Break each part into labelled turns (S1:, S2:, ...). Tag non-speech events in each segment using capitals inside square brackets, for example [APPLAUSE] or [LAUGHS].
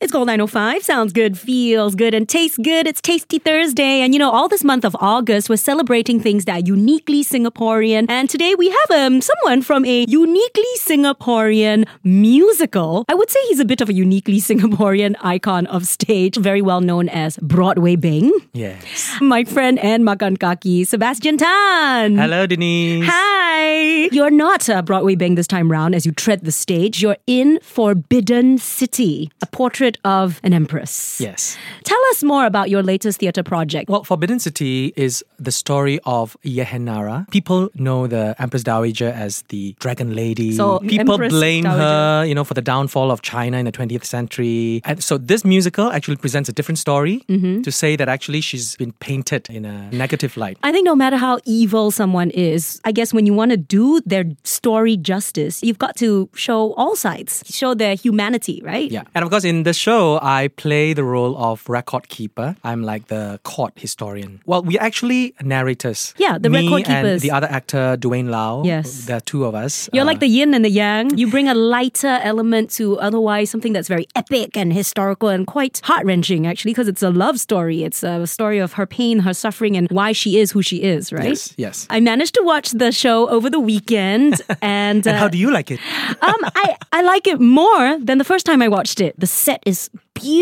S1: It's Gold 905. Sounds good, feels good, and tastes good. It's Tasty Thursday. And you know, all this month of August, we're celebrating things that are uniquely Singaporean. And today we have um, someone from a uniquely Singaporean musical. I would say he's a bit of a uniquely [LAUGHS] Singaporean icon of stage, very well known as Broadway Bing.
S2: Yes.
S1: My friend and Makan Kaki, Sebastian Tan.
S2: Hello, Denise.
S1: Hi! You're not a Broadway bang this time round as you tread the stage. You're in Forbidden City, a portrait of an empress.
S2: Yes.
S1: Tell us more about your latest theatre project.
S2: Well, Forbidden City is the story of Yehenara. People know the Empress Dowager as the Dragon Lady.
S1: So,
S2: People
S1: Empress
S2: blame her,
S1: Dowager.
S2: you know, for the downfall of China in the 20th century. And so this musical actually presents a different story
S1: Mm-hmm.
S2: to say that actually she's been painted in a negative light.
S1: I think no matter how evil someone is, I guess when you want to do their story justice, you've got to show all sides, show their humanity, right?
S2: Yeah. And of course, in the show, I play the role of record keeper. I'm like the court historian. Well, we actually narrators.
S1: Yeah, the
S2: Me
S1: record keepers.
S2: And the other actor, Dwayne Lau.
S1: Yes.
S2: There are two of us.
S1: You're
S2: Uh,
S1: like the yin and the yang. You bring a lighter element to otherwise something that's very epic and historical and quite heart wrenching, actually, because it's a love story. It's a story of her pain, her suffering, and why she is who she is, right?
S2: Yes, yes.
S1: I managed to watch the show over the
S2: [LAUGHS]
S1: weekend, and,
S2: And how do you like it?
S1: um, I, I like it more than the first time I watched it. The set is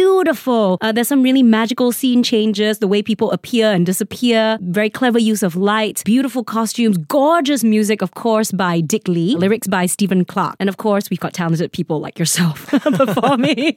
S1: beautiful. Uh, there's some really magical scene changes, the way people appear and disappear, very clever use of light, beautiful costumes, gorgeous music, of course, by Dick Lee, lyrics by Stephen Clark. And of course, we've got talented people like yourself [LAUGHS]
S2: [LAUGHS]
S1: performing.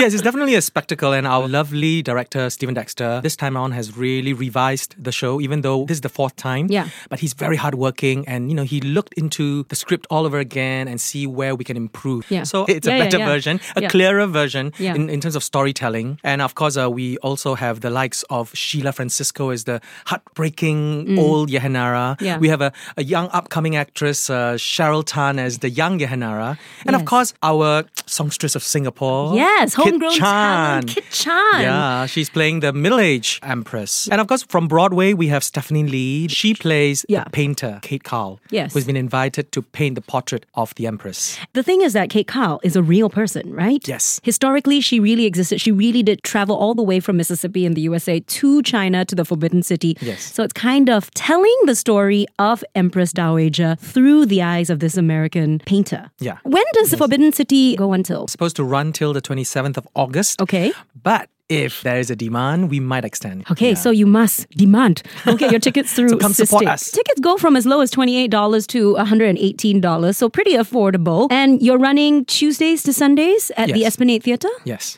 S2: yes, it's definitely a spectacle, and our lovely director Stephen Dexter this time around has really revised the show. Even though this is the fourth time,
S1: Yeah.
S2: but he's very hardworking, and you know he looked into the script all over again and see where we can improve.
S1: Yeah.
S2: So it's
S1: Yeah,
S2: a
S1: yeah,
S2: better
S1: yeah.
S2: version, a
S1: Yeah.
S2: clearer version
S1: Yeah.
S2: in, in terms of storytelling, and of course uh, we also have the likes of Sheila Francisco as the heartbreaking old Yehanara.
S1: Mm. Yeah.
S2: We have a, a young upcoming actress uh, Cheryl Tan as the young Yehanara, and of
S1: Yes.
S2: course our songstress of Singapore.
S1: Yes,
S2: Oh, Kit
S1: homegrown talent, Kit Chan.
S2: Yeah, she's playing the middle-aged empress. And of course, from Broadway, we have Stephanie Lee. She plays
S1: Yeah.
S2: the painter, Kate Carl,
S1: Yes.
S2: who's been invited to paint the portrait of the empress.
S1: The thing is that Kate Kyle is a real person, right?
S2: Yes.
S1: Historically, she really existed. She really did travel all the way from Mississippi in the USA to China to the Forbidden City.
S2: Yes.
S1: So it's kind of telling the story of Empress Dowager through the eyes of this American painter.
S2: Yeah.
S1: When does the Forbidden City go until?
S2: Supposed to run till the 27th of August.
S1: Okay.
S2: But if there is a demand, we might extend.
S1: Okay, so you must demand. Go get your
S2: [LAUGHS]
S1: tickets through.
S2: come support
S1: Sysdig.
S2: us.
S1: Tickets go from as low as $28 to $118, so pretty affordable. And you're running Tuesdays to Sundays at the
S2: Yes.
S1: Esplanade Theatre?
S2: Yes.